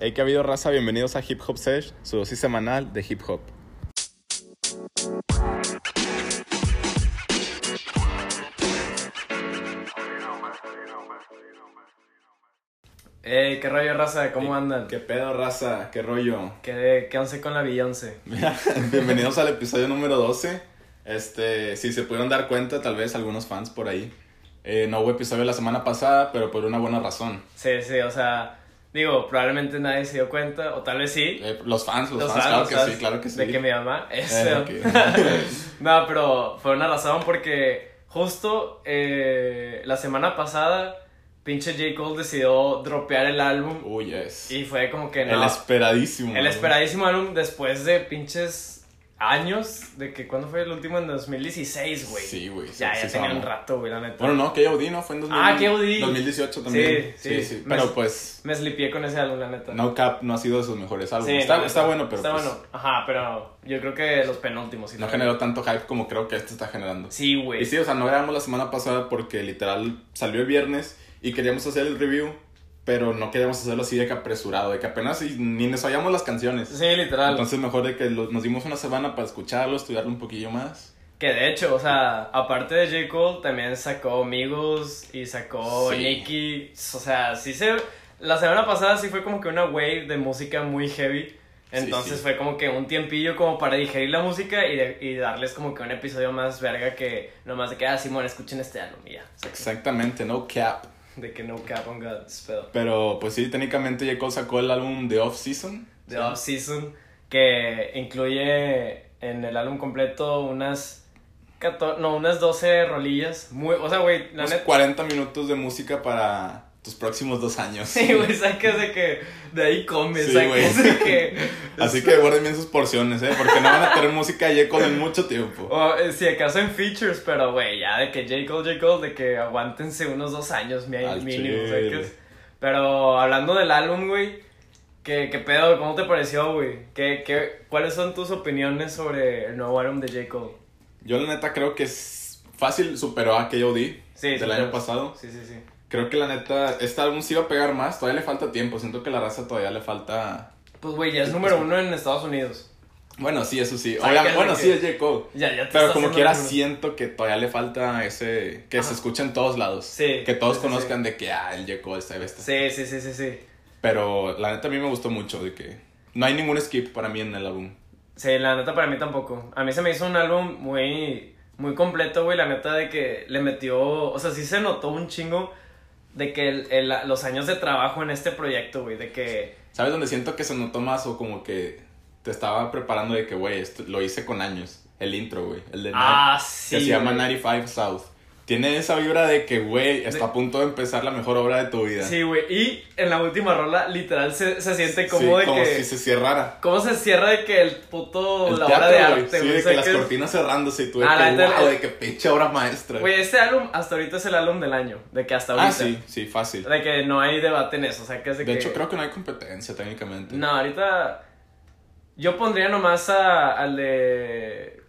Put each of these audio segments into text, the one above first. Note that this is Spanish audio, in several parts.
Hey, que ha habido raza, bienvenidos a Hip Hop Sesh, su dosis semanal de hip hop. Ey, qué rollo, raza, ¿cómo andan? ¿Qué pedo, raza? ¿Qué rollo? ¿Qué, qué once con la Beyoncé? bienvenidos al episodio número 12. Este, si se pudieron dar cuenta, tal vez algunos fans por ahí. eh, no hubo episodio la semana pasada, pero por una buena razón. Sí, sí, o sea, digo, probablemente nadie se dio cuenta, o tal vez sí. Eh, los fans, los, Los fans, fans, claro los que fans sí, claro que sí. De que mi mamá es... Eh, ok. no, pero fue una razón porque justo eh, la semana pasada, pinche J. Cole decidió dropear el álbum Uy, yes. y fue como que El no. esperadísimo. El ¿no? esperadísimo álbum después de pinches años, de que ¿cuándo fue el último? En 2016, güey. Sí, güey. sí, Ya, sí ya se tenía un mamó. rato, güey, la neta. Bueno, no, KOD, ¿no? Fue en 2000, Ah, KOD. 2018 también. Sí, sí. sí. sí. Me- Pero pues, Me slipié con ese álbum, la neta. No Cap no ha sido de sus mejores álbumes. Sí, la está, neta. está bueno, pero Está pues, bueno. Ajá, pero yo creo que los penúltimos. sí, no la generó tanto hype como creo que este está generando. neta. Sí, güey. Y sí, o sea, no grabamos la semana pasada porque literal salió el viernes y queríamos hacer el review, pero no queríamos hacerlo así de que apresurado, de que apenas y ni nos sabíamos las canciones. Sí, literal. Entonces mejor de que lo- nos dimos una semana para escucharlo, estudiarlo un poquillo más. que de hecho, o sea, aparte de J. Cole, también sacó Migos y sacó Sí. Nicki. O sea, sí se. La semana pasada sí fue como que una wave de música muy heavy. Entonces sí. fue como que un tiempillo como para digerir la música y, de- y darles como que un episodio más verga que nomás de que, ah, Simón, escuchen este álbum y ya. Exactamente, no cap. De que no cap on God's pedo. Pero pues sí, técnicamente J. Cole sacó el álbum de Off Season. de Off Season, que incluye en el álbum completo unas 14, no, unas 12 rolillas. Muy, o sea, güey, la Unos neta. 40 minutos de música para tus próximos dos años. Sí, güey, sacas de que de ahí comes, Sí, sacas güey. de que. Así que guarden bien sus porciones, ¿eh? Porque no van a tener música de J. Cole en mucho tiempo. O, eh, si acaso en features, pero güey, ya de que J. Cole, J. Cole, de que aguántense unos dos años mi- Al mínimo, chile. sacas. Pero hablando del álbum, güey, ¿qué, ¿qué pedo? ¿Cómo te pareció, güey? ¿Qué, qué, ¿Cuáles son tus opiniones sobre el nuevo álbum de J. Cole? Yo la neta creo que es fácil superó a K.O.D. Sí, del superó. año pasado. Sí, sí, sí. Creo que la neta, este álbum sí va a pegar más. Todavía le falta tiempo. Siento que la raza todavía le falta... Pues, güey, ya es número uno en Estados Unidos. Bueno, sí, eso sí. Sácale Obviamente, bueno, que- sí es J. Cole. Ya, ya te Pero estás como haciendo quiera número uno. siento que todavía le falta ese... Que se Ajá. escucha en todos lados. Sí, Que todos sí, sí, conozcan de que, ah, el J. Cole está está. Sí, sí, sí, sí, sí. Pero la neta a mí me gustó mucho de que... No hay ningún skip para mí en el álbum. Sí, la neta para mí tampoco. A mí se me hizo un álbum muy, muy completo, güey. La neta de que le metió, o sea, sí se notó un chingo de que el- el- los años de trabajo en este proyecto, güey, de que... ¿Sabes dónde siento que se notó más o como que te estaba preparando de que, güey, esto lo hice con años? El intro, güey. El de Night, ah, que sí. se llama güey. 95 South. Tiene esa vibra de que, güey, está De- a punto de empezar la mejor obra de tu vida. Sí, güey. Y en la última rola, literal, se, se siente como Sí, de como que... si se cerrara. ¿Cómo se cierra de que el puto... El la teatro, obra de güey. arte, Sí, güey? de o sea, que las que es- cortinas cerrándose y tú de Ah, la que, neta, wow, el- de que pinche obra maestra. Güey, este álbum hasta ahorita es el álbum del año, de que hasta ahorita. ah, sí, sí, fácil. De que no hay debate en eso, o sea, que es de, De que... hecho, creo que no hay competencia técnicamente. No, ahorita yo pondría nomás a- al de...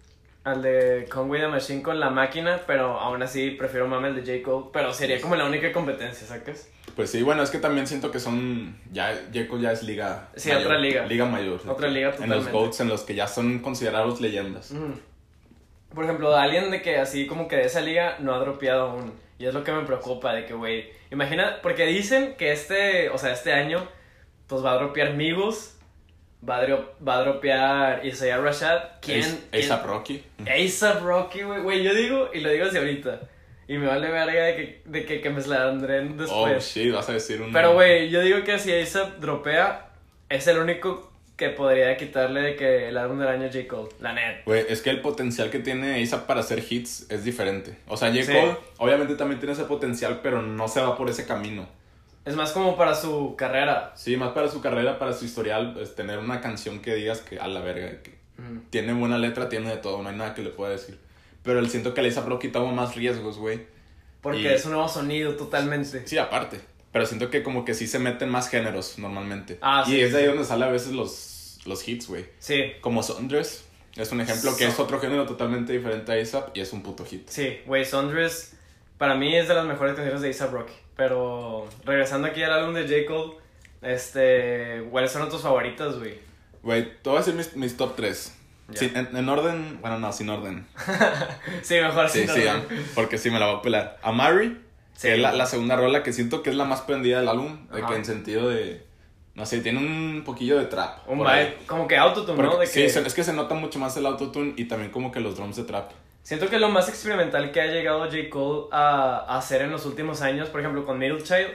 Al de Conway the Machine con la máquina, pero aún así prefiero mame el de J. Cole, pero sería como la única competencia, ¿sacas? Pues sí, bueno, es que también siento que son. Ya, Jekyll ya es liga. Sí, otra liga. Liga mayor. Otra liga En los totalmente. GOATs, en los que ya son considerados leyendas. Mm. Por ejemplo, alguien de que así como que de esa liga no ha dropeado aún, y es lo que me preocupa, de que, güey, imagina, porque dicen que este, o sea, este año, pues va a dropear Migos, va a, dro- va a dropear Isaiah Rashad, ¿quién? quién- Ace- A$AP Rocky. A$AP Rocky, güey. Güey, yo digo, y lo digo desde ahorita. Y me vale verga de que, de que, que me slandren Oh, después. shit, vas a decir un. Pues, Pero, güey, yo digo que si A$AP dropea, es el único que podría quitarle de que el álbum del año J. Cole. La net. Güey, es que el potencial que tiene A$AP para hacer hits es diferente. O sea, J. Sí. Cole obviamente también tiene ese potencial, pero no se va por ese camino. Es más como para su carrera. Sí, más para su carrera, para su historial, es tener una canción que digas que a la verga, que Mm. tiene buena letra, tiene de todo, no hay nada que le pueda decir. Pero él siento que le A$AP Rocky toma más riesgos, güey. Porque Y- es un nuevo sonido totalmente. Sí, aparte. Pero siento que como que sí se meten más géneros normalmente. Ah, y sí, es de sí. ahí donde salen a veces los, los hits, güey. Sí. Como Saunders es un ejemplo que Sa- es otro género totalmente diferente a ASAP y es un puto hit. Sí, güey, Saunders para mí es de las mejores canciones de A$AP Rocky. Pero regresando aquí al álbum de J. Cole, Este, ¿cuáles fueron tus favoritas, güey? Güey, te voy a decir mis, mis top 3. Ya. en, en orden, bueno, no, sin orden. Sí, mejor Sí, sin sí, orden. am- porque sí me la voy a pelar. A Mary, Sí. que es la, la segunda rola que siento que es la más prendida del álbum, de Ajá. que en sentido de, no sé, tiene un poquillo de trap. Un por ahí. vibe, como que autotune, Porque- ¿no? De sí, que- se- es que se nota mucho más el autotune y también como que los drums de trap. Siento que lo más experimental que ha llegado J. Cole a, a hacer en los últimos años, por ejemplo, con Middle Child,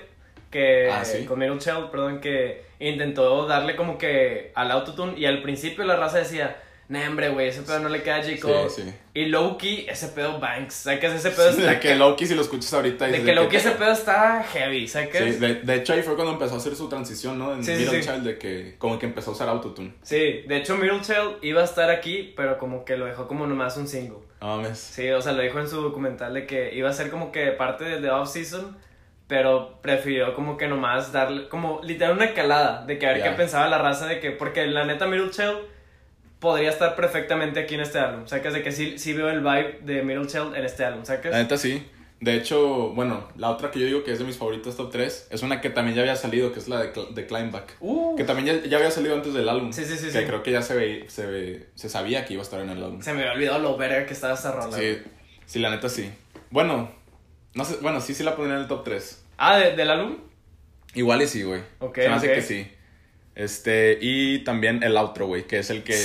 que Ah, ¿sí? con Middle Child, perdón, que intentó darle como que al autotune y al principio la raza decía, "Nah, hombre, güey, ese pedo no le queda a J. Cole." Sí, sí. Y Loki, ese pedo Banks, sacas ese pedo está de que Loki, si lo escuchas ahorita... de dices que Loki ese pedo está heavy, Sí, sacas. Sí, de, de hecho ahí fue cuando empezó a hacer su transición, ¿no? En Sí, sí, Middle sí. Child, de que como que empezó a usar autotune. de hecho Middle Child iba a estar aquí, pero como que lo dejó como nomás un single. No mames. Sí, o sea, lo dijo en su documental de que iba a ser como que parte de The Off Season, pero prefirió como que nomás darle, como literal una calada, de que a ver Ya. qué pensaba la raza, de que, porque la neta Middle Child podría estar perfectamente aquí en este álbum, sacas de que sí, sí veo el vibe de Middle Child en este álbum, La sacas. neta sí. De hecho, bueno, la otra que yo digo que es de mis favoritas top 3 es una que también ya había salido, que es la de, Cl- de Climbback. Uh, Que también ya, ya había salido antes del álbum. Sí, sí, sí, Que sí. creo que ya se, ve, se, ve- se sabía que iba a estar en el álbum. se me había olvidado lo verga que estaba esa rola. Sí, sí, la neta sí. Bueno, no sé, bueno, sí, sí la pondría en el top 3. Ah, ¿de- ¿del álbum? Igual y sí, güey. Ok, Se me hace ok. que sí. Este, y también el outro, güey, que es el que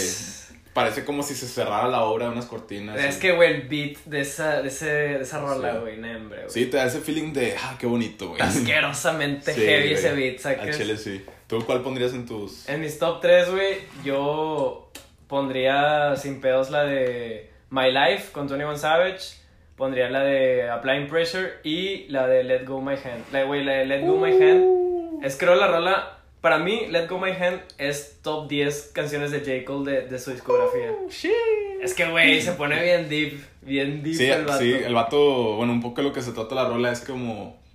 parece como si se cerrara la obra de unas cortinas. Es y- que, güey, el beat de esa, de ese, de esa rola, Ah, Sí. güey, no, hombre, güey. Sí, te da ese feeling de, ah, qué bonito, güey. Asquerosamente Sí, Este heavy güey. ese beat, Al sacas. chile sí. ¿Tú cuál pondrías en tus...? En mis top 3, güey, yo pondría sin pedos la de My Life con Tony One Savage. Pondría la de Applying Pressure y la de Let Go My Hand. La, güey, la de Let Go My Uh. Hand. Es creo la rola. Para mí, Let Go My Hand es top 10 canciones de J. Cole de, de su discografía. Es que, güey, se pone bien deep. Bien deep Sí, el vato. sí, el vato, bueno, un poco de lo que se trata la rola es como...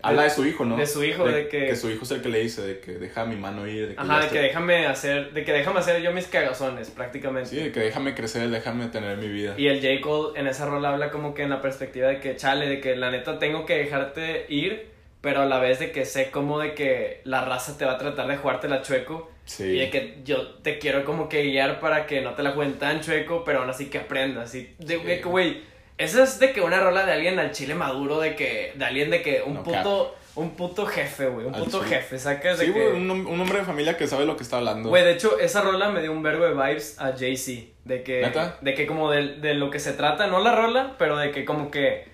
Habla de su hijo, ¿no? de su hijo, de que- Que su hijo es el que le dice, de que deja mi mano ir. De que Ajá, ya de que estoy- déjame hacer. De que déjame hacer yo mis cagazones, prácticamente. Sí, de que déjame crecer, déjame tener mi vida. Y el J. Cole en esa rola habla como que en la perspectiva de que, chale, de que la neta tengo que dejarte ir, pero a la vez de que sé como de que la raza te va a tratar de jugártela chueco Sí. y de que yo te quiero como que guiar para que no te la jueguen tan chueco, pero aún así que aprendas. Y de Sí. de que, güey, esa es de que una rola de alguien al chile maduro, de que, de alguien de que un No puto, un puto jefe, güey, un Al puto chile. jefe, sacas de Sí, que... güey, un, hom- un hombre de familia que sabe lo que está hablando. Güey, de hecho, esa rola me dio un vergo de vibes a Jay-Z. De que, ¿Neta? de que como de, de lo que se trata, no la rola, pero de que como que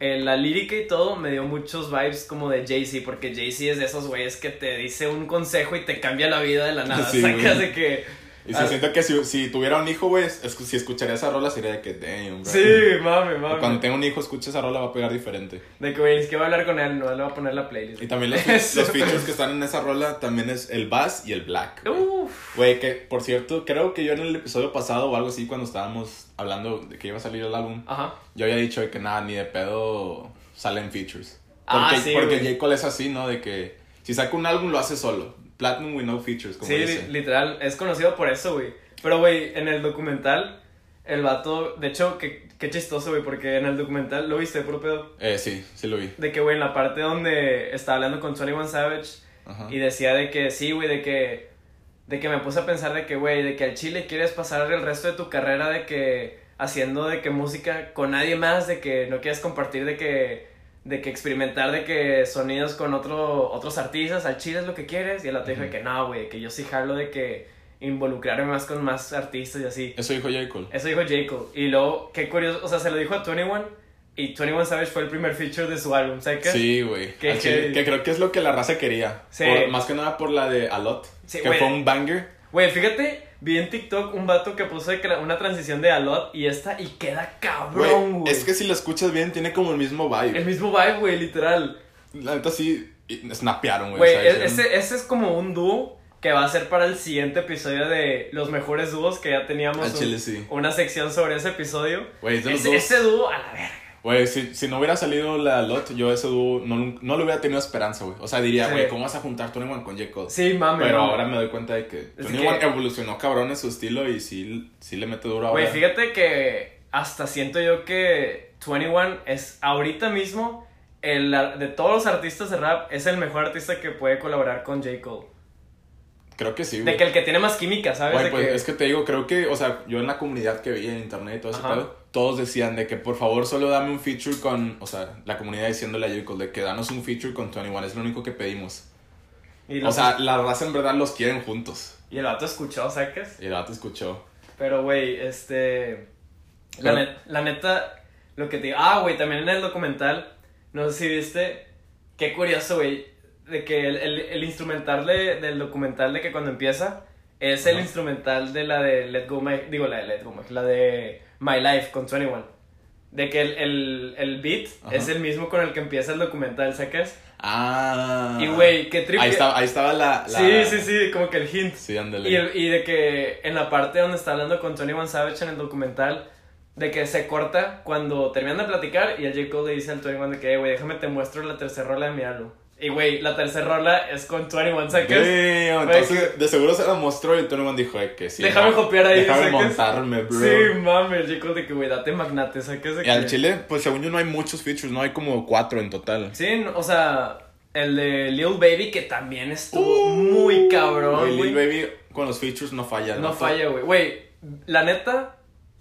eh, la lírica y todo me dio muchos vibes como de Jay-Z, porque Jay-Z es de esos güeyes que te dice un consejo y te cambia la vida de la nada. Sí, Sacas güey. de que... y ah. se siente que si, si tuviera un hijo, güey, es- es- si escucharía esa rola sería de que, damn, bro. Sí, mami, O Cuando mami. tenga un hijo, escucha esa rola, va a pegar diferente. De que, güey, es que voy a hablar con él, no le voy a poner la playlist. Y también los, Eso. los features que están en esa rola también es el bass y el black. güey. Uf. Güey, que por cierto, creo que yo en el episodio pasado o algo así, cuando estábamos hablando de que iba a salir el álbum, Ajá. yo había dicho de que nada, ni de pedo salen features. Porque, Ah, sí, Porque güey. J. Cole es así, ¿no? De que si saca un álbum lo hace solo. Platinum with no features, como Sí, li- dice. literal, es conocido por eso, güey. Pero, güey, en el documental, el vato, de hecho, qué, qué chistoso, güey, porque en el documental, ¿lo viste, puro pedo? Eh, sí, sí lo vi. De que, güey, en la parte donde está hablando con One Savage Ajá. y decía de que sí, güey, de que, de que me puse a pensar de que, güey, de que al Chile quieres pasar el resto de tu carrera de que haciendo de que música con nadie más, de que no quieres compartir, de que, de que experimentar, de que sonidos con otro, otros artistas, al Chile es lo que quieres. Y el otro dijo de Ujú. que no, güey, que yo sí jalo de que involucrarme más con más artistas y así. Eso dijo J. Cole. Eso dijo J. Cole. Y luego, qué curioso, o sea, se lo dijo a 21 y 21 Savage fue el primer feature de su álbum, ¿sabes qué? Sí, güey. Qué Al chile, heavy. Que creo que es lo que la raza quería. Sí. Por- más que nada por la de A Lot, Sí, que güey. fue un banger. Güey, fíjate, vi en TikTok un vato que puso de que la- una transición de Alot y esta y queda cabrón, Güey, güey. es que si la escuchas bien, tiene como el mismo vibe. El mismo vibe, güey, literal. La neta sí, y- snapearon, güey. Güey, o sea, e- hicieron- ese, ese es como un dúo que va a ser para el siguiente episodio de los mejores dúos que ya teníamos. Al un- chile sí. Una sección sobre ese episodio. Güey, es de los Ese, dos. ese dúo, a la verga. Güey, si, si no hubiera salido la lot, yo ese dúo no, no le hubiera tenido esperanza, güey. O sea, diría, Sí. güey, ¿cómo vas a juntar Tony One con J. Cole? Sí, mami. Pero mami. ahora me doy cuenta de que Es Tony que- One evolucionó cabrón en su estilo y sí, sí le mete duro ahora. Güey, fíjate que hasta siento yo que 21 es ahorita mismo el, ar- de todos los artistas de rap, es el mejor artista que puede colaborar con J. Cole. Creo que sí, De güey. que el que tiene más química, ¿sabes? Güey, De pues que- es que te digo, creo que, o sea, yo en la comunidad que vi en internet y todo ese Ajá. pedo, todos decían de que por favor solo dame un feature con, o sea, la comunidad diciéndole a J. Cole de que danos un feature con 21, es lo único que pedimos. y, O los- sea, la raza en verdad los quieren juntos. y el vato escuchó, ¿sacas? Y el vato escuchó. Pero, güey, este... La, Pero- net- la neta, lo que te digo... Ah, güey, también en el documental, no sé si viste, qué curioso, güey, de que el, el- el instrumental de- del documental de que cuando empieza es el Ajá. instrumental de la de Let Go My... Digo, la de Let Go My... La de My Life con 21. De que el, el, el beat Ajá. es el mismo con el que empieza el documental, ¿sacas? Ah. Y, güey, qué triple... Ahí estaba, ahí estaba la, la- Sí, sí, sí, como que el hint. Sí, ándale. Y, el- y de que en la parte donde está hablando con Tony Van Savage en el documental, de que se corta cuando terminan de platicar y el J. Cole le dice al Tony Van de que, "Eh, güey, déjame te muestro la tercera rola de mi álbum. Y, güey, la tercera rola es con Tony Van Savage. Damn, Güey, entonces de seguro se la mostró y el Tony Man dijo eh, que sí. Déjame ma- copiar ahí, Déjame ¿sacas? montarme, bro. Sí, mami, el J. Cole de que, güey, date magnate, saques de Y al que- chile, pues según yo no hay muchos features, no hay como cuatro en total. Sí, no, o sea, el de Lil Baby que también estuvo Uh, muy cabrón, Güey, Lil güey. Baby con los features no falla. No vato. falla, güey. Güey, la neta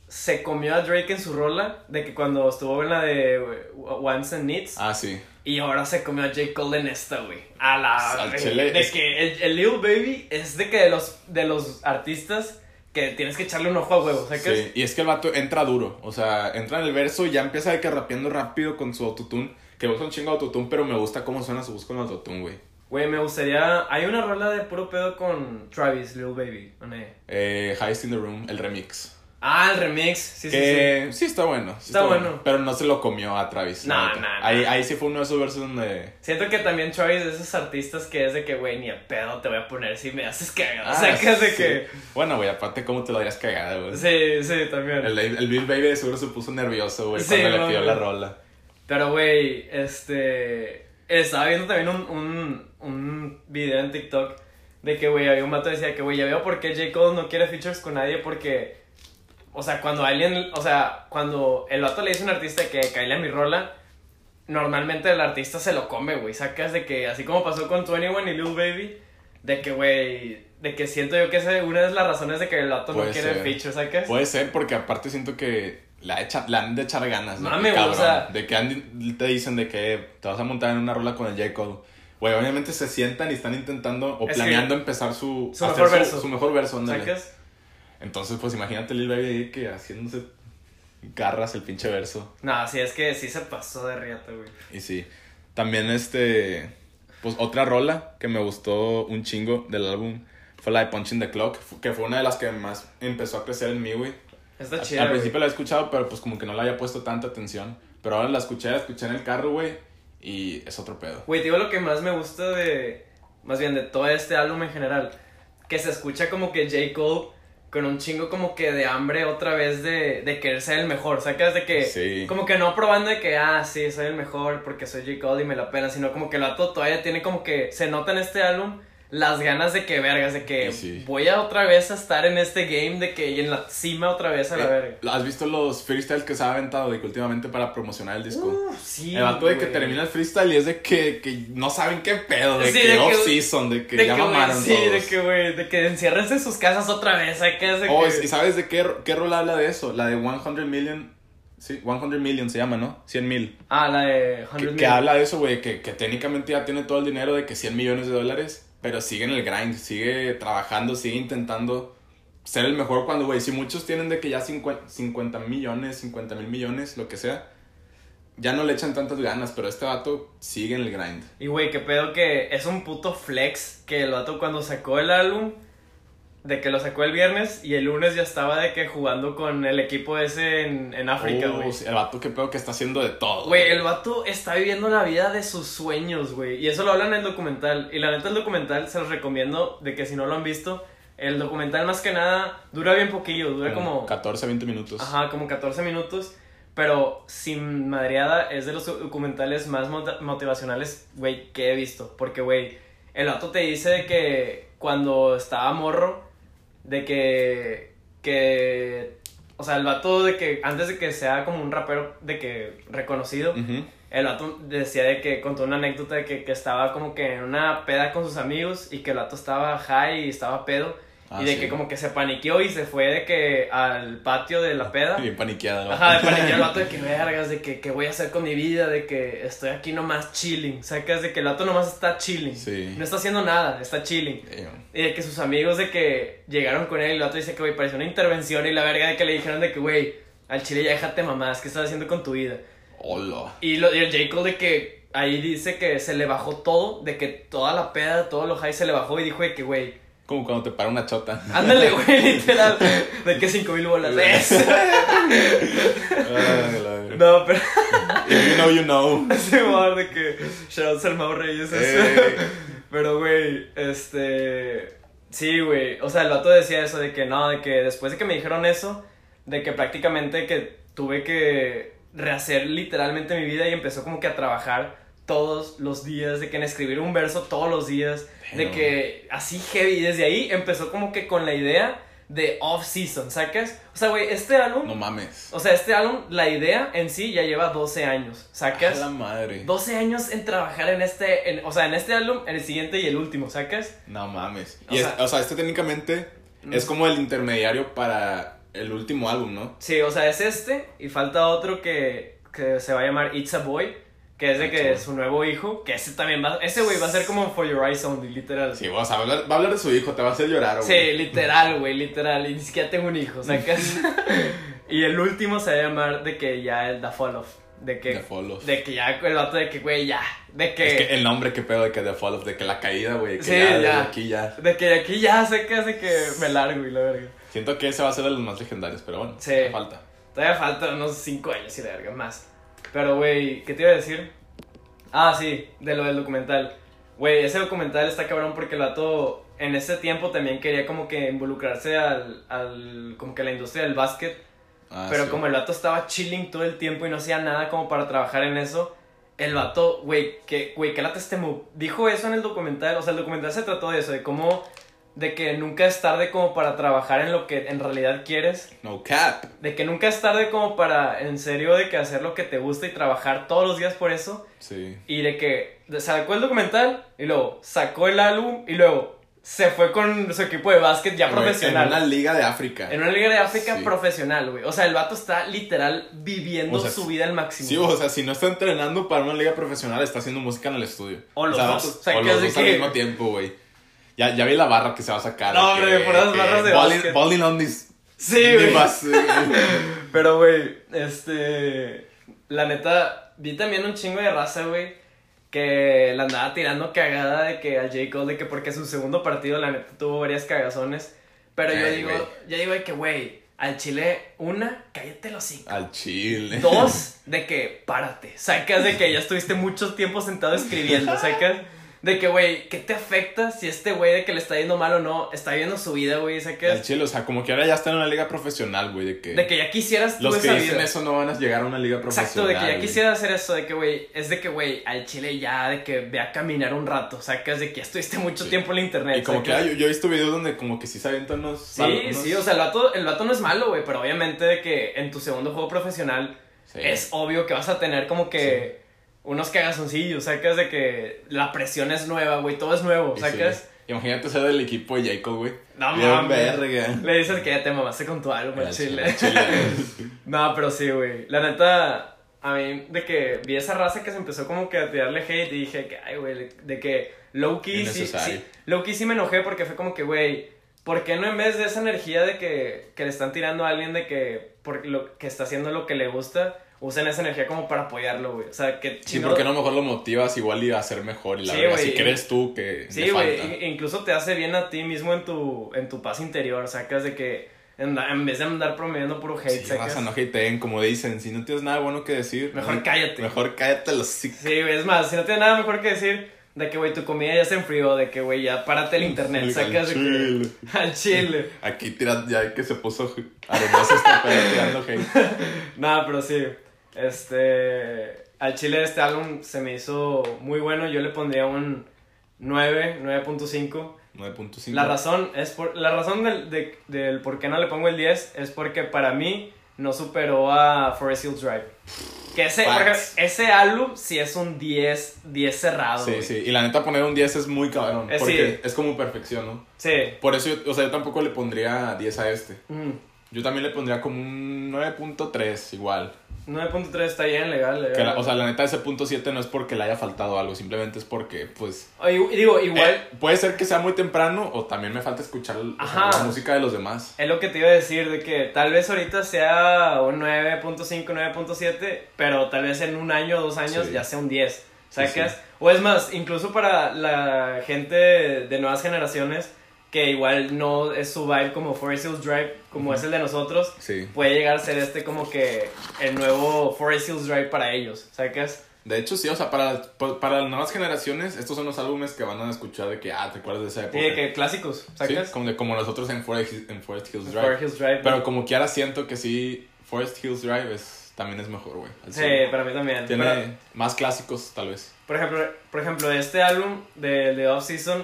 se comió a Drake en su rola de que cuando estuvo en la de güey, Wants and Needs Ah, sí. y ahora se comió a J. Cole en esta, güey. A la Al güey, chile de es- que el, el Lil Baby es de que de los de los artistas que tienes que echarle un ojo a huevo, o sea que Sí, Y es que el vato entra duro. O sea, entra en el verso y ya empieza de que rapeando rápido con su autotune. Que usa un chingo de autotune, pero me gusta cómo suena su voz con autotune, güey. güey, me gustaría hay una rola de puro pedo con Travis Lil Baby, ¿o no? Eh, Highest in the Room, el remix. Ah, el remix. Sí, sí, sí. que sí, está bueno. sí Está bueno. Pero no se lo comió a Travis. la Nah, neta. nah, nah. ahí, ahí sí fue uno de esos versos donde. Siento que también Travis es de esos artistas que es de que, güey, ni a pedo te voy a poner si me haces cagar. o sea, Ah, que es de sí. que. Bueno, güey, aparte, ¿cómo te lo harías cagada, güey? Sí, sí, también. El, el Bill Baby de seguro se puso nervioso, güey, Sí, cuando le no, pidió güey. la rola. Pero, güey, este... Estaba viendo también un, un, un video en TikTok de que, güey, había un mato que decía que, güey, ya veo por qué J. Cole no quiere features con nadie porque... O sea, cuando alguien... O sea, cuando el vato le dice a un artista que caile a mi rola, normalmente el artista se lo come, güey. Sacas de que, así como pasó con 21 y Lil Baby, de que, güey... De que siento yo que esa es una de las razones de que el vato no Puede quiere ser. features, ¿sacas? Puede ser, porque aparte siento que la, echa- la han de echar ganas. de que, Mame, güey, cabrón, o sea- De que han- te dicen de que te vas a montar en una rola con el J. Cole. Güey, obviamente se sientan y están intentando o Es planeando empezar su, su hacer mejor verso. su mejor verso. ándale. ¿Sacas? Entonces, pues imagínate Lil Baby ahí que haciéndose garras el pinche verso. No, sí, es que sí se pasó de riata, güey. Y sí. También este. Pues otra rola que me gustó un chingo del álbum fue la de Punching the Clock, que fue una de las que más empezó a crecer en mí, güey. Está Al- chida. Al güey. principio la he escuchado, pero pues como que no le había puesto tanta atención. Pero ahora la escuché, la escuché en el carro, güey. Y es otro pedo. Güey, te digo lo que más me gusta de. Más bien de todo este álbum en general. Que se escucha como que J. Cole con un chingo como que de hambre otra vez de, de querer ser el mejor. Sacas de que. Sí. Como que no probando de que, ah, sí, soy el mejor porque soy J. Cole y me la pena. Sino como que el vato todavía tiene como que. Se nota en este álbum las ganas de que vergas, de que Y sí. voy a otra vez a estar en este game, de que y en la cima otra vez a la Eh, verga. ¿Has visto los freestyles que se ha aventado de que últimamente para promocionar el disco? Uh, sí. el vato de que güey. termina el freestyle y es de que, que no saben qué pedo, de Sí, que de que- off-season, de que de ya que, güey, mamaron sí, todos. de que, güey, de que enciérrense en sus casas otra vez, ¿eh? Que es de Oh, que- ¿Y sabes de qué, qué rol habla de eso? La de 100 million. Sí, 100 million se llama, ¿no? 100 mil. Ah, la de 100 que, Million. que habla de eso, güey, que, que técnicamente ya tiene todo el dinero de que 100 millones de dólares, pero sigue en el grind, sigue trabajando, sigue intentando ser el mejor cuando, güey, si muchos tienen de que ya 50, 50 millones, 50 mil millones, lo que sea, ya no le echan tantas ganas, pero este vato sigue en el grind. Y, güey, qué pedo que es un puto flex que el vato cuando sacó el álbum, de que lo sacó el viernes y el lunes ya estaba de que jugando con el equipo ese en, en África, Oh, güey. sí, el vato que pedo que está haciendo de todo. Güey, el vato está viviendo la vida de sus sueños, güey. Y eso lo hablan en el documental. Y la neta, el documental se los recomiendo de que si no lo han visto, el documental más que nada dura bien poquillo, dura como 14, 20 minutos. Ajá, como 14 minutos. Pero sin madreada es de los documentales más mota- motivacionales, güey, que he visto. Porque, güey, el vato te dice de que cuando estaba morro, de que. que. O sea, el vato de que antes de que sea como un rapero de que reconocido, Ujú. el vato decía de que contó una anécdota de que, que estaba como que en una peda con sus amigos y que el vato estaba high y estaba pedo. Ah, y de sí. que como que se paniqueó y se fue de que al patio de la peda. Bien paniqueada. ¿no? Ajá, de paniquear el vato de que vergas, de que, que voy a hacer con mi vida, de que estoy aquí nomás chilling. Sacas de que el vato nomás está chilling. Sí. No está haciendo nada, está chilling. Damn. Y de que sus amigos de que llegaron con él y el vato dice que, güey, pareció una intervención y la verga de que le dijeron de que, güey, al chile ya déjate mamás, ¿qué estás haciendo con tu vida? Hola. Y, lo, y el J. Cole de que ahí dice que se le bajó todo, de que toda la peda, todo lo high se le bajó y dijo de que, güey, Como cuando te para una chota. ándale, güey, literal, de que cinco mil bolas. Eso. Ay, la verga. No, pero... If you know, you know. Sí, mamá, de que shoutouts al Mau Reyes. Ey. Pero, güey, este. Sí, güey. O sea, el vato decía eso de que no, de que después de que me dijeron eso, de que prácticamente que tuve que rehacer literalmente mi vida y empezó como que a trabajar todos los días, de que en escribir un verso todos los días, de Damn. que así heavy. Y desde ahí empezó como que con la idea de off-season, ¿sacas? O sea, güey, este álbum. No mames. O sea, este álbum, la idea en sí ya lleva 12 años, A ¿sacas? la madre. 12 años en trabajar en este, en- o sea, en este álbum, en el siguiente y el último, ¿sacas? No mames. O Y es- sea- Mm. o sea, este técnicamente es como el intermediario para el último álbum, ¿no? Sí, o sea, es este y falta otro que, que se va a llamar It's a Boy, que es de It's a que Boy. su nuevo hijo, que ese también va, ese güey va a ser como For Your Eyes Only, literal. Sí, o sea, va a hablar, va a hablar de su hijo, te va a hacer llorar, Sí, güey. literal, güey, literal, y ni siquiera tengo un hijo, ¿sacas? y el último se va a llamar de que ya el The Fall Off, de que, The Fall Off. de que ya el vato de que, güey, ya, de Es que eh, el nombre, que pedo, de que The Fall of, de que la caída, güey. Que Sí, ya, de ya. aquí ya. De que aquí ya sé que hace que me largo y la verga. Siento que ese va a ser de los más legendarios, pero bueno, Sí. sí. falta. Todavía faltan unos 5 años y la verga más. Pero, güey, ¿qué te iba a decir? Ah, sí, de lo del documental. Güey, ese documental está cabrón porque el vato en ese tiempo también quería como que involucrarse al, al como que a la industria del básquet. Ah, pero sí. como el vato estaba chilling todo el tiempo y no hacía nada como para trabajar en eso, el vato, güey, que, güey, que lata este move. Dijo eso en el documental, o sea, el documental se trató de eso, de cómo, de que nunca es tarde como para trabajar en lo que en realidad quieres. No cap. De que nunca es tarde como para, en serio, de que hacer lo que te gusta y trabajar todos los días por eso. Sí. Y de que sacó el documental y luego sacó el álbum y luego se fue con su equipo de básquet ya Güey, profesional. En una liga de África. liga de África Sí. profesional, güey. O sea, el vato está literal viviendo O sea, su vida al máximo. Sí, o sea, si no está entrenando para una liga profesional, está haciendo música en el estudio. O los sea, dos. vatos- O sea, o que los es de dos al que- mismo tiempo, güey. Ya, ya vi la barra que se va a sacar. No, que- hombre, por las que barras de balling- básquet. balling on this. sí, this güey. bus, eh. Pero, güey, este. La neta, vi también un chingo de raza, güey. Que la andaba tirando cagada de que al J. Cole, de que porque su segundo partido, la neta, tuvo varias cagazones. Pero yo Ay, digo, güey. yo digo de que, güey, al Chile, una, cállate los hocico. Al chile. Dos, de que párate. Sacas de que ya estuviste mucho tiempo sentado escribiendo. Sacas de que, güey, ¿qué te afecta si este güey de que le está yendo mal o no está viviendo su vida, güey? Al Sacas chile, o sea, como que ahora ya está en una liga profesional, güey. De que, de que ya quisieras tú los que esa dicen vida. eso no van a llegar a una liga Exacto, profesional. de que ya güey. quisiera hacer eso, de que, güey, es de que, güey, al chile ya, de que ve a caminar un rato, sacas de que ya estuviste mucho Sí. tiempo en el internet. Y como que sacas. ah, yo, yo he visto videos donde como que sí se avientan unos. Sí, sí, o sea, el vato, el vato no es malo, güey, pero obviamente de que en tu segundo juego profesional es obvio que vas a tener como que unos cagazoncillos, sacas de que la presión es nueva, güey, todo es nuevo, sacas. Imagínate ser del equipo de Jacob, güey. No Bien mames. verga. Le dices que ya te mamaste con tu álbum, al Al chile. al chile. No, pero sí, güey. La neta, a mí, de que vi esa raza que se empezó como que a tirarle hate y dije que, ay, güey, de que Loki sí, Innecesario. sí, Loki sí me enojé porque fue como que, güey, ¿por qué no en vez de esa energía de que, que le están tirando a alguien de que, por lo, que está haciendo lo que le gusta, usen esa energía como para apoyarlo, güey? O sea, que Sí, chingado- porque a lo mejor lo motivas igual y a ser mejor y la Sí, verdad, güey. si crees tú que Sí, le güey, falta. in- incluso te hace bien a ti mismo en tu, en tu paz interior, sacas de que en, en vez de andar promoviendo puro hate, Sí, sacas... raza, no hateen, como dicen, si no tienes nada bueno que decir, Mejor no- cállate. Mejor cállate los sí. Sí, güey, es más, si no tiene nada mejor que decir de que, güey, tu comida ya se enfrió, de que, güey, ya párate el internet, Al sacas de chile. que... Al chile. Aquí tiras ya que se puso aromoso este pedo tirando hate. Nada, pero sí, este... Al chile este álbum se me hizo muy bueno, yo le pondría un 9, 9.5. 9.5. La razón es por... La razón del, de- del por qué no le pongo el 10 es porque para mí no superó a Forest Hills Drive. Que ese, por ejemplo, Facts. ese álbum sí es un 10, 10 cerrado. Sí, güey. sí. Y la neta, poner un 10 es muy cabrón. Eh, sí. Porque es como perfección, ¿no? Sí. Por eso, yo- o sea, yo tampoco le pondría 10 a este. Mm, Yo también le pondría como un 9.3 igual. 9.3 está bien legal. legal. Que la- o sea, la neta, ese punto 7 no es porque le haya faltado algo, simplemente es porque, pues... O igu- y digo, igual eh, puede ser que sea muy temprano o también me falta escuchar o sea, Ajá. la música de los demás. es lo que te iba a decir, de que tal vez ahorita sea un 9.5, 9.7, pero tal vez en un año o dos años Sí. ya sea un 10. ¿Sacas? Sí, sí. O es más, incluso para la gente de nuevas generaciones que igual no es su vibe como Forest Hills Drive, como es el de nosotros, Sí. puede llegar a ser este como que el nuevo Forest Hills Drive para ellos, ¿sacas? De hecho, sí, o sea, para, pa- para las nuevas generaciones, estos son los álbumes que van a escuchar de que, ah, ¿te acuerdas de esa época? Y de que clásicos, Sí, ¿sacas? como, de- como nosotros en Forest, Hills- en Forest Hills Drive. Forest Hills Drive. Pero como quiera siento que sí, Forest Hills Drive es, también es mejor, güey. Al sí, chile. para mí también. Tiene Pero- más clásicos, tal vez. Por ejemplo, por ejemplo este álbum de, de Off Season,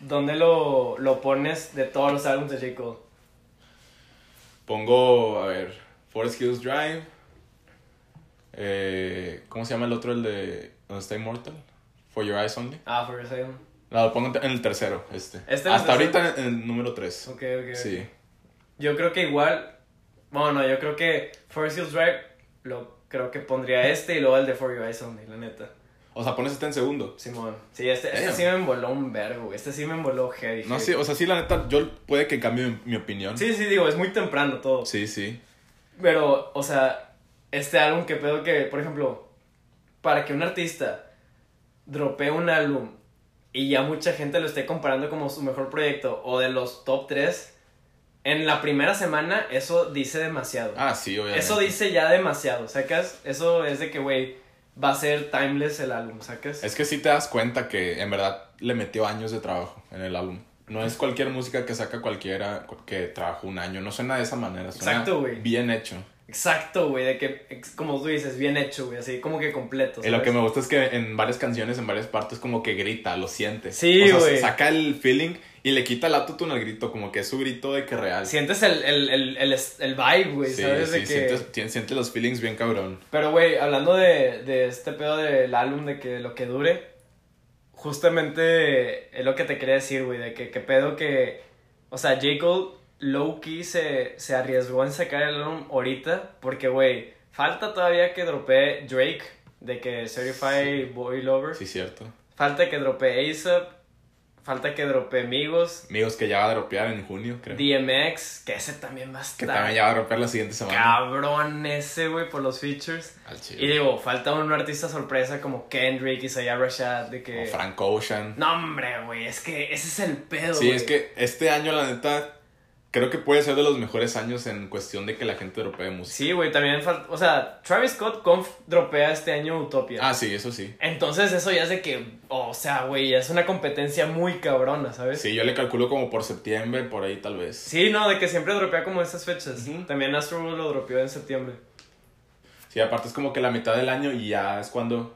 ¿dónde lo, lo pones de todos los álbumes de J. Cole? Pongo, a ver, Forest Hills Drive. Eh, ¿Cómo se llama el otro, el de Don't Stay Mortal? For Your Eyes Only. Ah, For Sale. No, lo pongo en el tercero, este. Este es el Hasta tercero. ahorita en el número 3. Ok, ok. Sí. Yo creo que igual, bueno, yo creo que For Sales Drive, lo, creo que pondría este y luego el de For Your Eyes Only, la neta. O sea, pones este en segundo. Simón. Sí, este, este Damn. sí me envoló un vergo, güey. Este sí me envoló heavy. No heavy. sé, o sea, sí, la neta, yo puede que cambie mi, mi opinión. Sí, sí, digo, es muy temprano todo. Sí, sí. Pero, o sea, este álbum que pedo que, por ejemplo, para que un artista dropee un álbum y ya mucha gente lo esté comparando como su mejor proyecto o de los top 3, en la primera semana eso dice demasiado. Ah, sí, obviamente. eso dice ya demasiado, ¿sacas? Eso es de que, güey, va a ser timeless el álbum, ¿sacas? Es que sí te das cuenta que en verdad le metió años de trabajo en el álbum. No es cualquier música que saca cualquiera que trabajó un año. No suena de esa manera. Suena Exacto, güey. Bien hecho. Exacto, güey, de que, ex- como tú dices, bien hecho, güey, así como que completo. Y lo ¿sabes? que me gusta es que en varias canciones, en varias partes, como que grita, lo siente. Sí, O sea, güey. saca el feeling y le quita el autotune al grito, como que es su grito de que real. Sientes el, el, el, el, el vibe, güey, sí, ¿sabes? de sí, que... sientes- tien- siente los feelings bien cabrón. Pero, güey, hablando de, de este pedo del álbum, de que lo que dure, justamente es lo que te quería decir, güey, de que, que pedo que, o sea, J. Cole low-key se, se arriesgó en sacar el álbum ahorita, porque, güey, falta todavía que dropee Drake, de que Certified Boy Lover, Sí, cierto. falta que dropee ASAP, falta que dropee Migos, Amigos, que ya va a dropear en junio, creo. DMX, que ese también va a que estar también ya va a dropear la siguiente semana. cabrón ese, güey, por los features. Al chile. Y digo, falta un artista sorpresa como Kendrick y Sayah Rashad de que... O Frank Ocean. No, hombre, güey, es que ese es el pedo, Sí, güey. es que este año, la neta, creo que puede ser de los mejores años en cuestión de que la gente dropee música. Sí, güey, también falta... O sea, Travis Scott conf dropea este año Utopia. Ah, sí, eso sí. Entonces eso ya es de que... O sea, güey, ya es una competencia muy cabrona, ¿sabes? Sí, yo le calculo como por septiembre, por ahí tal vez. Sí, Sí, no, de que siempre dropea como estas fechas. Ujú. También Astro World lo dropeó en septiembre. aparte es como que la mitad del año y ya es cuando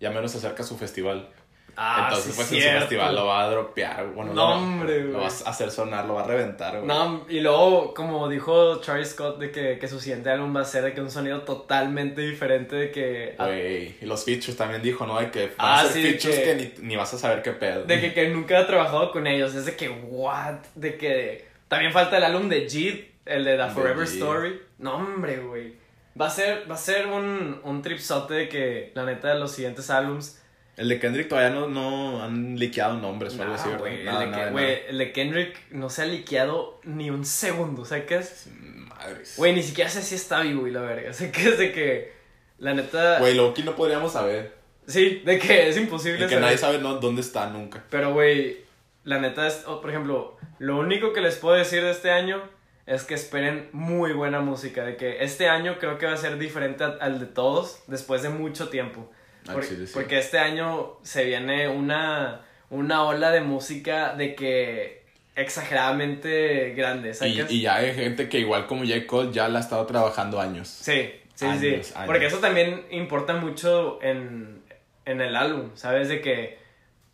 ya menos se acerca su festival. Ah, Entonces, sí, pues en cierto. su festival lo va a dropear. Bueno, No, lo va- hombre, Lo güey. va a hacer sonar, lo va a reventar, güey. No, y luego, como dijo Travis Scott, de que, que su siguiente álbum va a ser de que un sonido totalmente diferente de que... Ah, a- Güey, y los features también dijo, ¿no? De que van Ah, a ser sí, de features que- que, ni, ni vas a saber qué pedo. De que, que nunca ha trabajado con ellos. Es de que, what? De que. También falta el álbum de Jeep, el de The De Forever Jeep. Story. No, hombre, güey. Va a ser, va a ser un, un tripsote de que, la neta, los siguientes álbums. El de Kendrick todavía no, no han liqueado nombres o algo Nah, así, Pues ¿verdad? güey, el, Nada, de que- nada, güey, el de Kendrick no se ha liqueado ni un segundo, ¿sacas? nada. Madres. Güey, ni siquiera sé si está vivo y la verga. Sé que es de que, la neta. Güey, Loki no podríamos saber. Sí, de que es imposible. Y que saber. nadie sabe no- dónde está nunca. Pero, güey, la neta es, oh, por ejemplo, lo único que les puedo decir de este año es que esperen muy buena música. De que este año creo que va a ser diferente a- al de todos después de mucho tiempo. Al Por- chile, sí. Porque este año se viene una, una ola de música de que exageradamente grande. Y, ¿sacas? y ya hay gente que igual como J. Cole ya la ha estado trabajando años. Sí, sí, sí, Años, sí. años. Porque eso también importa mucho en, en el álbum, ¿sabes? De que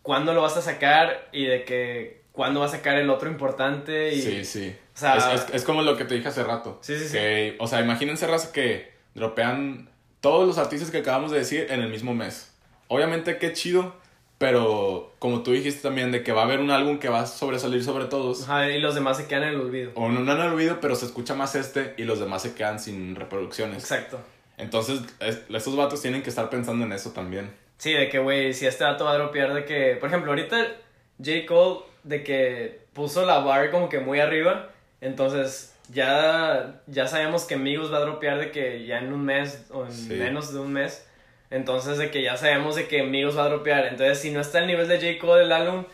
cuándo lo vas a sacar y de que cuándo va a sacar el otro importante y... Sí, sí. O sea- es, es- es como lo que te dije hace rato. Sí, sí, sí. Que, o sea, imagínense, raza, que dropean todos los artistas que acabamos de decir en el mismo mes. Obviamente, qué chido, pero como tú dijiste también, de que va a haber un álbum que va a sobresalir sobre todos. Ajá, y los demás se quedan en el olvido. O no, no han olvidado, pero se escucha más este y los demás se quedan sin reproducciones. Exacto. Entonces, es- esos vatos tienen que estar pensando en eso también. Sí, de que, güey, si este dato va a dropear de que... Por ejemplo, ahorita J. Cole de que puso la bar como que muy arriba, entonces ya, ya sabemos que Migos va a dropear de que ya en un mes o en Sí. menos de un mes, entonces de que ya sabemos de que Migos va a dropear, entonces si no está al nivel de J. Cole el álbum,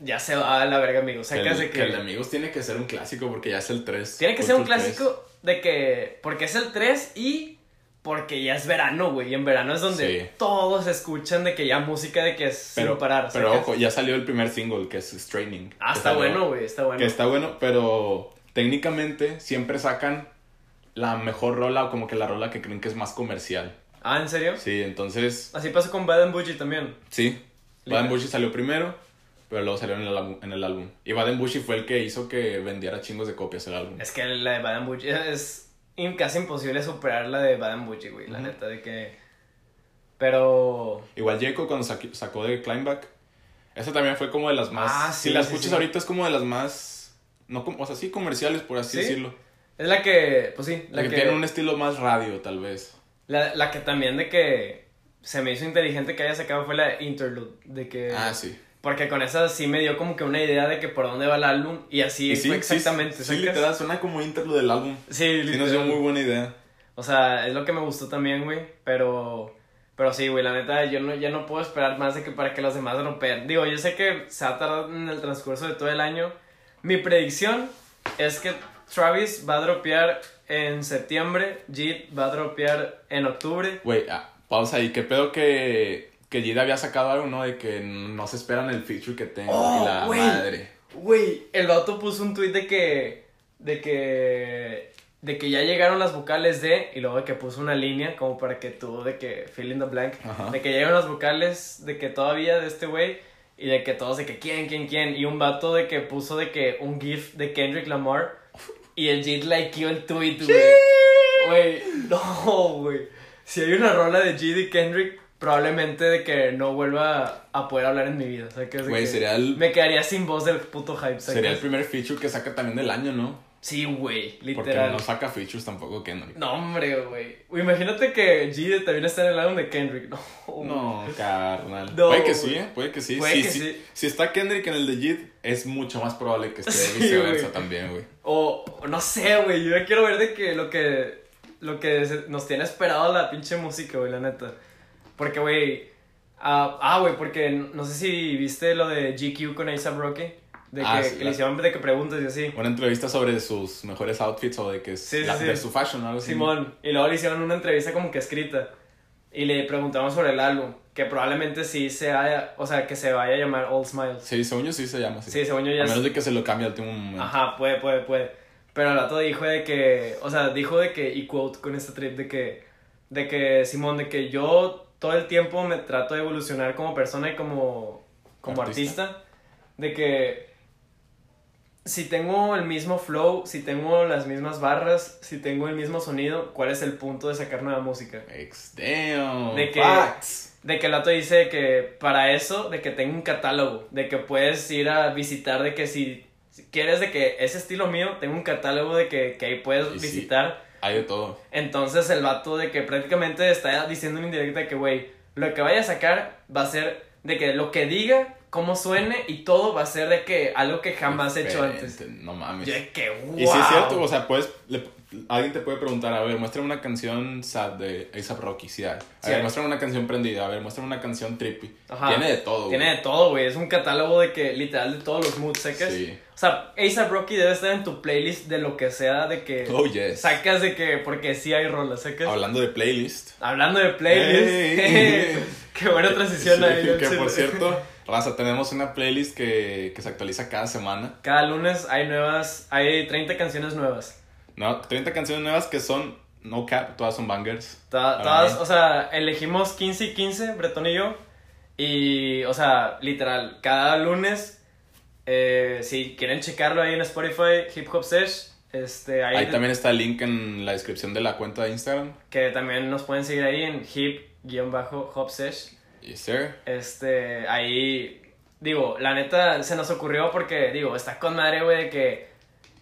ya se va a la verga Migos, Que sacas el, de que el de amigos tiene que ser un clásico porque ya es el 3. Tiene que ser un clásico de que. Porque es el 3 y. Porque ya es verano, güey. Y en verano es donde Sí. todos escuchan de que ya música de que es Pero, sin parar. pero ¿sacas? ojo, ya salió el primer single que es Straining. Ah, que está salió- bueno, güey. Está bueno. Que está bueno, pero técnicamente siempre sacan la mejor rola o como que la rola que creen que es más comercial. Ah, ¿en serio? Sí, entonces, Así pasó con Bad and Bougie también. sí. Literal. Baden Bushy salió primero, pero luego salió en el, álbum- en el álbum. Y Baden Bushy fue el que hizo que vendiera chingos de copias el álbum. Es que la de Bad and Bougie es in- casi imposible superar la de Bad and Bougie, güey. La Ujú. neta, de que. Pero. Igual Jaco cuando saqui- sacó de Climbback, esa también fue como de las más... Ah, sí, si la sí, escuchas sí. ahorita es como de las más... No, como- o sea, sí comerciales, por así ¿Sí? decirlo. Es la que. Pues sí, La que, tiene un estilo más radio, tal vez. la, la que también de que. Se me hizo inteligente que haya sacado fue la de Interlude. De que. Ah, sí. Porque con esa sí me dio como que una idea de que por dónde va el álbum y así Y fue exactamente. Sí, sí, ¿sacas? literal, suena como interlo del álbum. Sí, Sí, nos dio literal. muy buena idea. O sea, es lo que me gustó también, güey. Pero, pero sí, güey, la neta, yo no, ya no puedo esperar más de que para que los demás rompan. Digo, yo sé que se va a tardar en el transcurso de todo el año. Mi predicción es que Travis va a dropear en septiembre, Jeet va a dropear en octubre. Güey, ah, pausa ahí. ¿Qué pedo que, que Jid había sacado algo, no? De que no se esperan el feature que tengo. Oh, y la güey. madre. Güey, el vato puso un tweet de que. de que. de que ya llegaron las vocales de. y luego de que puso una línea como para que tú, de que fill in the blank. Ajá. de que llegaron las vocales de que todavía de este güey. y de que todos de que quién, quién, quién. y un vato de que puso de que un gif de Kendrick Lamar. y el Jid likeó el tweet, güey. Güey, no, güey. Si hay una rola de Jid y Kendrick. Probablemente de que no vuelva a poder hablar en mi vida. O sea, que es de Güey, que- sería el, me quedaría sin voz del puto hype. ¿sacas? sería el primer feature que saca también del año, ¿no? Sí, güey, Porque literal. no saca features tampoco Kendrick. No, hombre, güey. Uy, Imagínate que G también está en el álbum de Kendrick. No, No, carnal. No, puede que güey. sí, ¿eh? Puede que sí. Puede Sí, que sí. sí. Si está Kendrick en el de Jid, es mucho más probable que esté Sí, viceversa güey. también, güey. O, o no sé, güey. Yo ya quiero ver de que lo que, lo que se- nos tiene esperado la pinche música, güey, la neta. Porque, güey. ah, ah, güey, porque no sé si viste lo de GQ con A$AP Rocky. De que, Ah, sí, que la- le hicieron de que preguntas y así. Una entrevista sobre sus mejores outfits o de que es Sí, sí, la- sí. de su fashion, algo así. Simón. Y luego le hicieron una entrevista como que escrita. Y le preguntaron sobre el álbum. Que probablemente sí se haya, o sea, que se vaya a llamar All Smiles. Sí, según yo sí se llama así. Sí, según yo A ya menos es- de que se lo cambie al último momento. Ajá, puede, puede, puede. Pero el vato dijo de que, o sea, dijo de que, y quote con este trip de que, de que, Simón, de que yo todo el tiempo me trato de evolucionar como persona y como, como Artista. artista. De que si tengo el mismo flow, si tengo las mismas barras, si tengo el mismo sonido, ¿cuál es el punto de sacar nueva música? Ex damn. De que- facts. De que el vato dice que para eso, de que tengo un catálogo, de que puedes ir a visitar, de que si, si quieres de que ese estilo mío, tengo un catálogo de que, que ahí puedes Y sí. visitar. Hay de todo. Entonces el vato de que prácticamente está diciendo en indirecta que, güey, lo que vaya a sacar va a ser de que lo que diga, cómo suene y todo va a ser de que algo que jamás he hecho antes. Diferente, No mames. Yo de que, wow. Y si es cierto, o sea, puedes. le- alguien te puede preguntar, a ver, muéstrame una canción sad de A$AP Rocky, sí hay. A Sí ver, hay. muéstrame una canción prendida, a ver, muéstrame una canción trippy. Ajá. Tiene de todo. Tiene de todo, güey. Es un catálogo de que literal de todos los moods sacas. Sí. O sea, A$AP Rocky debe estar en tu playlist de lo que sea, de que Oh, yes. sacas de que, porque sí hay rolas, sacas. Hablando de playlist. Hablando de playlist, Ey. qué buena transición Sí, ahí. al que por chile. cierto, Raza, tenemos una playlist que, que se actualiza cada semana. Cada lunes hay nuevas, hay 30 canciones nuevas. No, 30 canciones nuevas que son no cap, todas son bangers. Ta- Ah. Todas, o sea, elegimos 15 y 15, Bretón y yo. Y, o sea, literal, cada lunes Eh, si quieren checarlo ahí en Spotify, Hip Hop Sesh, este, ahí, Ahí también está el link en la descripción de la cuenta de Instagram. que también nos pueden seguir ahí en hip-hop sesh. Yes, sir. Este, ahí, digo, la neta se nos ocurrió porque, digo, está con madre, güey, de que,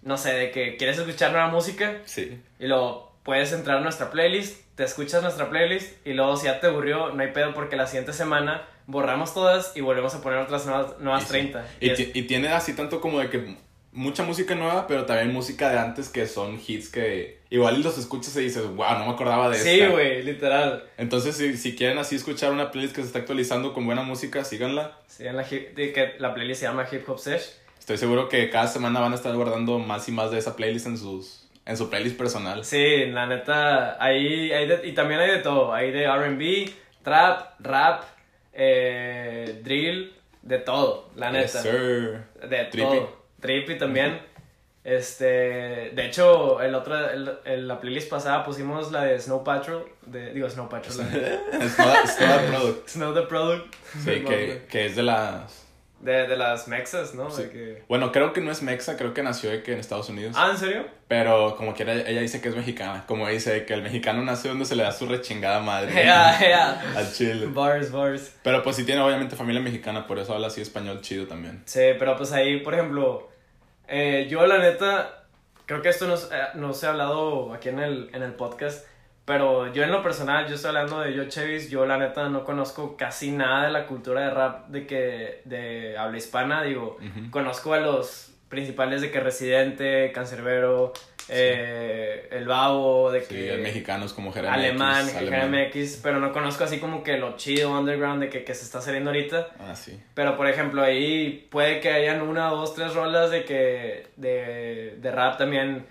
no sé, de que quieres escuchar nueva música Sí. y luego puedes entrar a nuestra playlist, te escuchas nuestra playlist y luego si ya te aburrió, no hay pedo porque la siguiente semana borramos todas y volvemos a poner otras nuevas, nuevas Y sí. 30. Y, Y es- ti- y tiene así tanto como de que mucha música nueva, pero también música de antes que son hits que igual los escuchas y dices, wow, no me acordaba de sí, esta". güey, literal. Entonces, si, si quieren así escuchar una playlist que se está actualizando con buena música, síganla. Sí, en la, hip- de que la playlist se llama Hip Hop Sesh. Estoy seguro que cada semana van a estar guardando más y más de esa playlist en sus en su playlist personal. Sí, la neta, ahí hay de- y también hay de todo, hay de R&B, trap, rap, eh, drill, de todo, la Yes, neta. sir. de Trippy. todo. Trippy también. Este, de hecho, el otro, el- el- la playlist pasada pusimos la de Snow Patrol, de, digo Snow Patrol, la de- It's not, it's not a product. Snow the Product. Sí, que, que es de las... De, de las Mexas, ¿no? Sí. De que- Bueno, creo que no es mexa, creo que nació de que en Estados Unidos. Ah, ¿en serio? Pero como quiera, ella dice que es mexicana. Como dice que el mexicano nace donde se le da su rechingada madre. Yeah, yeah. Al chile. Bars, bars. Pero pues sí tiene obviamente familia mexicana, por eso habla así español chido también. Sí, pero pues ahí, por ejemplo, eh, yo la neta, creo que esto no, se- eh, no se ha hablado aquí en el, en el podcast, pero yo en lo personal, yo estoy hablando de yo, Chevis, yo la neta no conozco casi nada de la cultura de rap de que de habla hispana, digo, Ujú. conozco a los principales de que Residente, Cancerbero, eh, El Babo, de Sí, que... hay mexicanos como Jeremy Alemán, X, GMX, pero no conozco así como que lo chido underground de que, que se está saliendo ahorita. Ah, sí. Pero por ejemplo, ahí puede que hayan una, dos, tres rolas de que. de, de rap también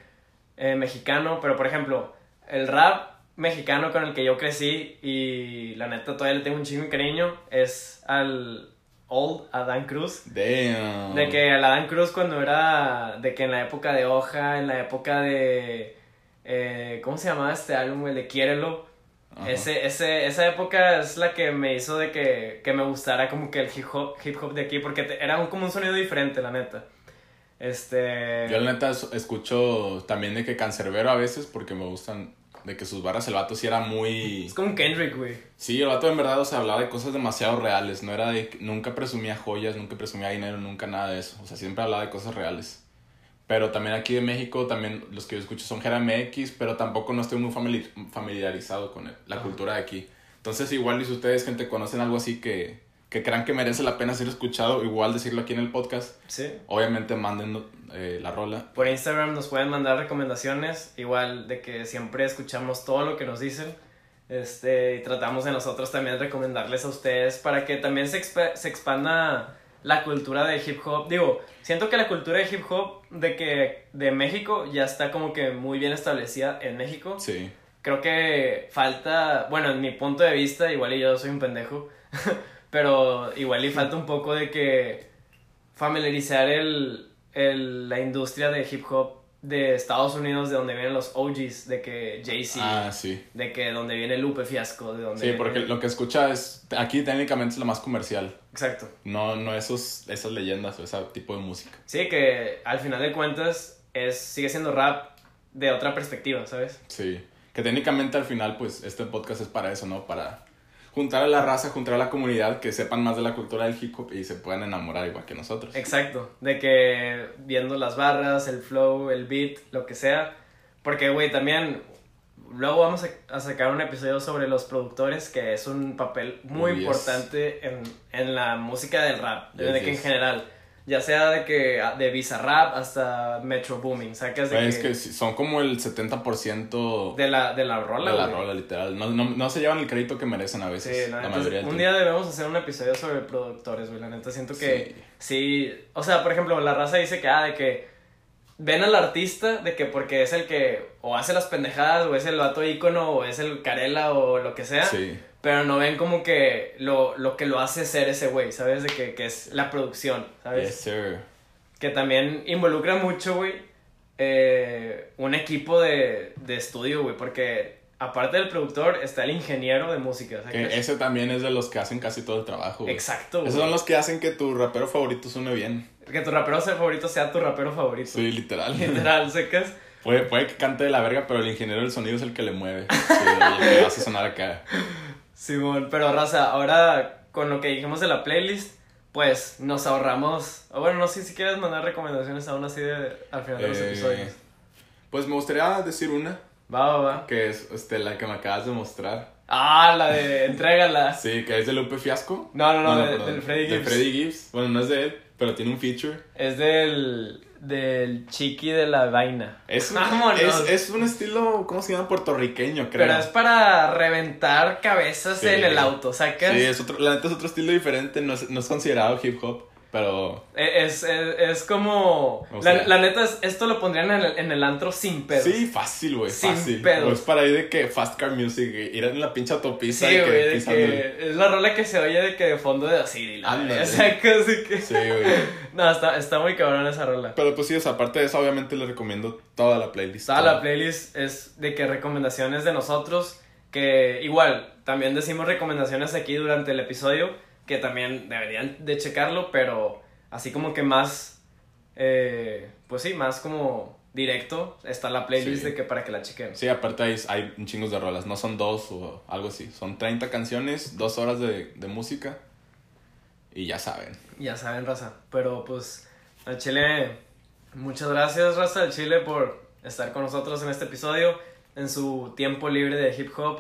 eh, mexicano. Pero por ejemplo, el rap mexicano con el que yo crecí y la neta todavía le tengo un chingo de cariño es al old, a Dan Cruz. Damn. De que al Adán Cruz cuando era. De que en la época de Hoja, en la época de. eh, ¿Cómo se llamaba este álbum, güey? De Quiérelo. Ajá. Ese, ese, esa época es la que me hizo de que, que me gustara como que el hip hop, hip hop de aquí, porque te- era un- como un sonido diferente, la neta. Este... Yo la neta es- escucho también de que Cancerbero a veces porque me gustan de que sus barras el vato sí era muy Es como un Kendrick, güey. Sí, el vato en verdad o sea, hablaba de cosas demasiado reales, no era de nunca presumía joyas, nunca presumía dinero, nunca nada de eso, o sea, siempre hablaba de cosas reales. Pero también aquí de México también los que yo escucho son Jeremy X, pero tampoco no estoy muy famili- familiarizado con él, la Ajá. cultura de aquí. Entonces, igual y si ustedes gente conocen algo así que que crean que merece la pena ser escuchado, igual decirlo aquí en el podcast. Sí. Obviamente manden eh, la rola. Por Instagram nos pueden mandar recomendaciones, igual de que siempre escuchamos todo lo que nos dicen. Este, y tratamos de nosotros también recomendarles a ustedes para que también se, expa- se expanda la cultura de hip hop. Digo, siento que la cultura de hip hop de que de México ya está como que muy bien establecida en México. Sí. Creo que falta, bueno, en mi punto de vista, igual y yo soy un pendejo, pero igual y falta un poco de que familiarizar el, el- la industria de hip hop de Estados Unidos, de donde vienen los OGs, de que Jay-Z, Ah, sí. de que donde viene Lupe Fiasco, de donde... Sí, porque viene- lo que escucha es. Aquí técnicamente es lo más comercial. Exacto. No, no esos, esas leyendas o ese tipo de música. Sí, que al final de cuentas es, sigue siendo rap de otra perspectiva, ¿sabes? Sí. Que técnicamente al final, pues, este podcast es para eso, ¿no? Para juntar a la raza, juntar a la comunidad, que sepan más de la cultura del hip hop y se puedan enamorar igual que nosotros. Exacto, de que viendo las barras, el flow, el beat, lo que sea. Porque, güey, también luego vamos a, a sacar un episodio sobre los productores, que es un papel muy Oh, yes. importante en, en la música del rap, Yes, de que en yes. general. Ya sea de que de Bizarrap hasta Metro Booming, sacas de, Pues, es que- que sí, son como el 70% de de la, de la la, rola. güey. rola, literal. No, no, no se llevan el crédito que merecen a Sí, veces. la la, neta, mayoría del un tiempo. día debemos hacer un episodio sobre productores, güey. La neta, siento que Sí. Sí, o sea, por ejemplo, la raza dice que, ah, de que ven al artista, de que porque es el que o hace las pendejadas, o es el vato ícono, o es el carela, o lo que sea, Sí. pero no ven como que lo, lo que lo hace ser ese güey, ¿sabes? De que, que es la producción, ¿sabes? Yes, sir. Que también involucra mucho, güey, eh, un equipo de, de estudio, güey, porque aparte del productor está el ingeniero de música, o sea, que- Que ese también es de los que hacen casi todo el trabajo. güey. Exacto, güey. Esos son los que hacen que tu rapero favorito suene bien. Que tu rapero sea favorito sea tu rapero favorito. Sí, literal. Literal, secas. Puede, puede que cante de la verga, pero el ingeniero del sonido es el que le mueve. Sí, el que hace sonar acá. Simón, pero raza, ahora con lo que dijimos de la playlist, pues nos ahorramos. o Bueno, no sé si quieres mandar recomendaciones aún así de, al final de los Eh, episodios. Pues me gustaría decir una, Va, va, va. que es este, la que me acabas de mostrar. Ah, la de entrégala. Sí, que es de Lupe Fiasco. No, no, no, de- perdón, del Freddy de Gibbs. Freddy Gibbs. Bueno, no es de él, pero tiene un feature. Es del, del chiqui de la vaina. Es un, Vámonos. es, es un estilo, ¿cómo se llama? Puertorriqueño, creo. Pero es para reventar cabezas Sí. en el auto, ¿sacas? Sí, es otro, la neta es otro estilo diferente, no es, no es considerado hip hop, pero E- Es, es, es como... O la, sea- la neta, es, esto lo pondrían en el, en el antro sin pedos. sí, fácil, güey, Sin fácil. pedos. O es para ir de que fast car music, güey, ir en la pinche Sí, autopista y que güey, de pisándole. que es la rola que se oye de que de fondo de así, de la Ándale. verga, sacas, de que... Sí, güey. No, está, está muy cabrón esa rola. Pero pues sí, o sea, aparte de eso, obviamente les recomiendo toda la playlist. Toda la playlist es de que recomendaciones de nosotros, que igual, también decimos recomendaciones aquí durante el episodio, que también deberían de checarlo, pero así como que más, eh, pues sí, más como directo está la playlist Sí. de que para que la chequen. Sí, aparte hay, hay un chingos de rolas, no son dos o algo así, son 30 canciones, dos horas de, de música y ya saben. Ya saben, Raza, pero pues al Chile, muchas gracias Raza del Chile por estar con nosotros en este episodio, en su tiempo libre de hip hop.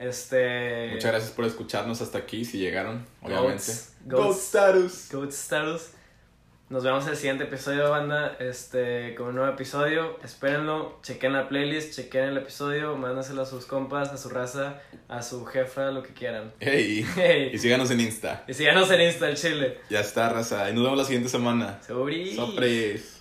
Este... Muchas gracias por escucharnos hasta aquí, si llegaron, obviamente. Goats. Goat Goats. status. Goat Stars. Nos vemos en el siguiente episodio, banda. Este, con un nuevo episodio. Espérenlo. Chequen la playlist, chequen el episodio. Mándaselo a sus compas, a su raza, a su jefa, lo que quieran. Hey. Y Hey. síganos en Insta. Y síganos en Insta, el chile. Ya está, raza. Y nos vemos la siguiente semana. Sobri. Sopres.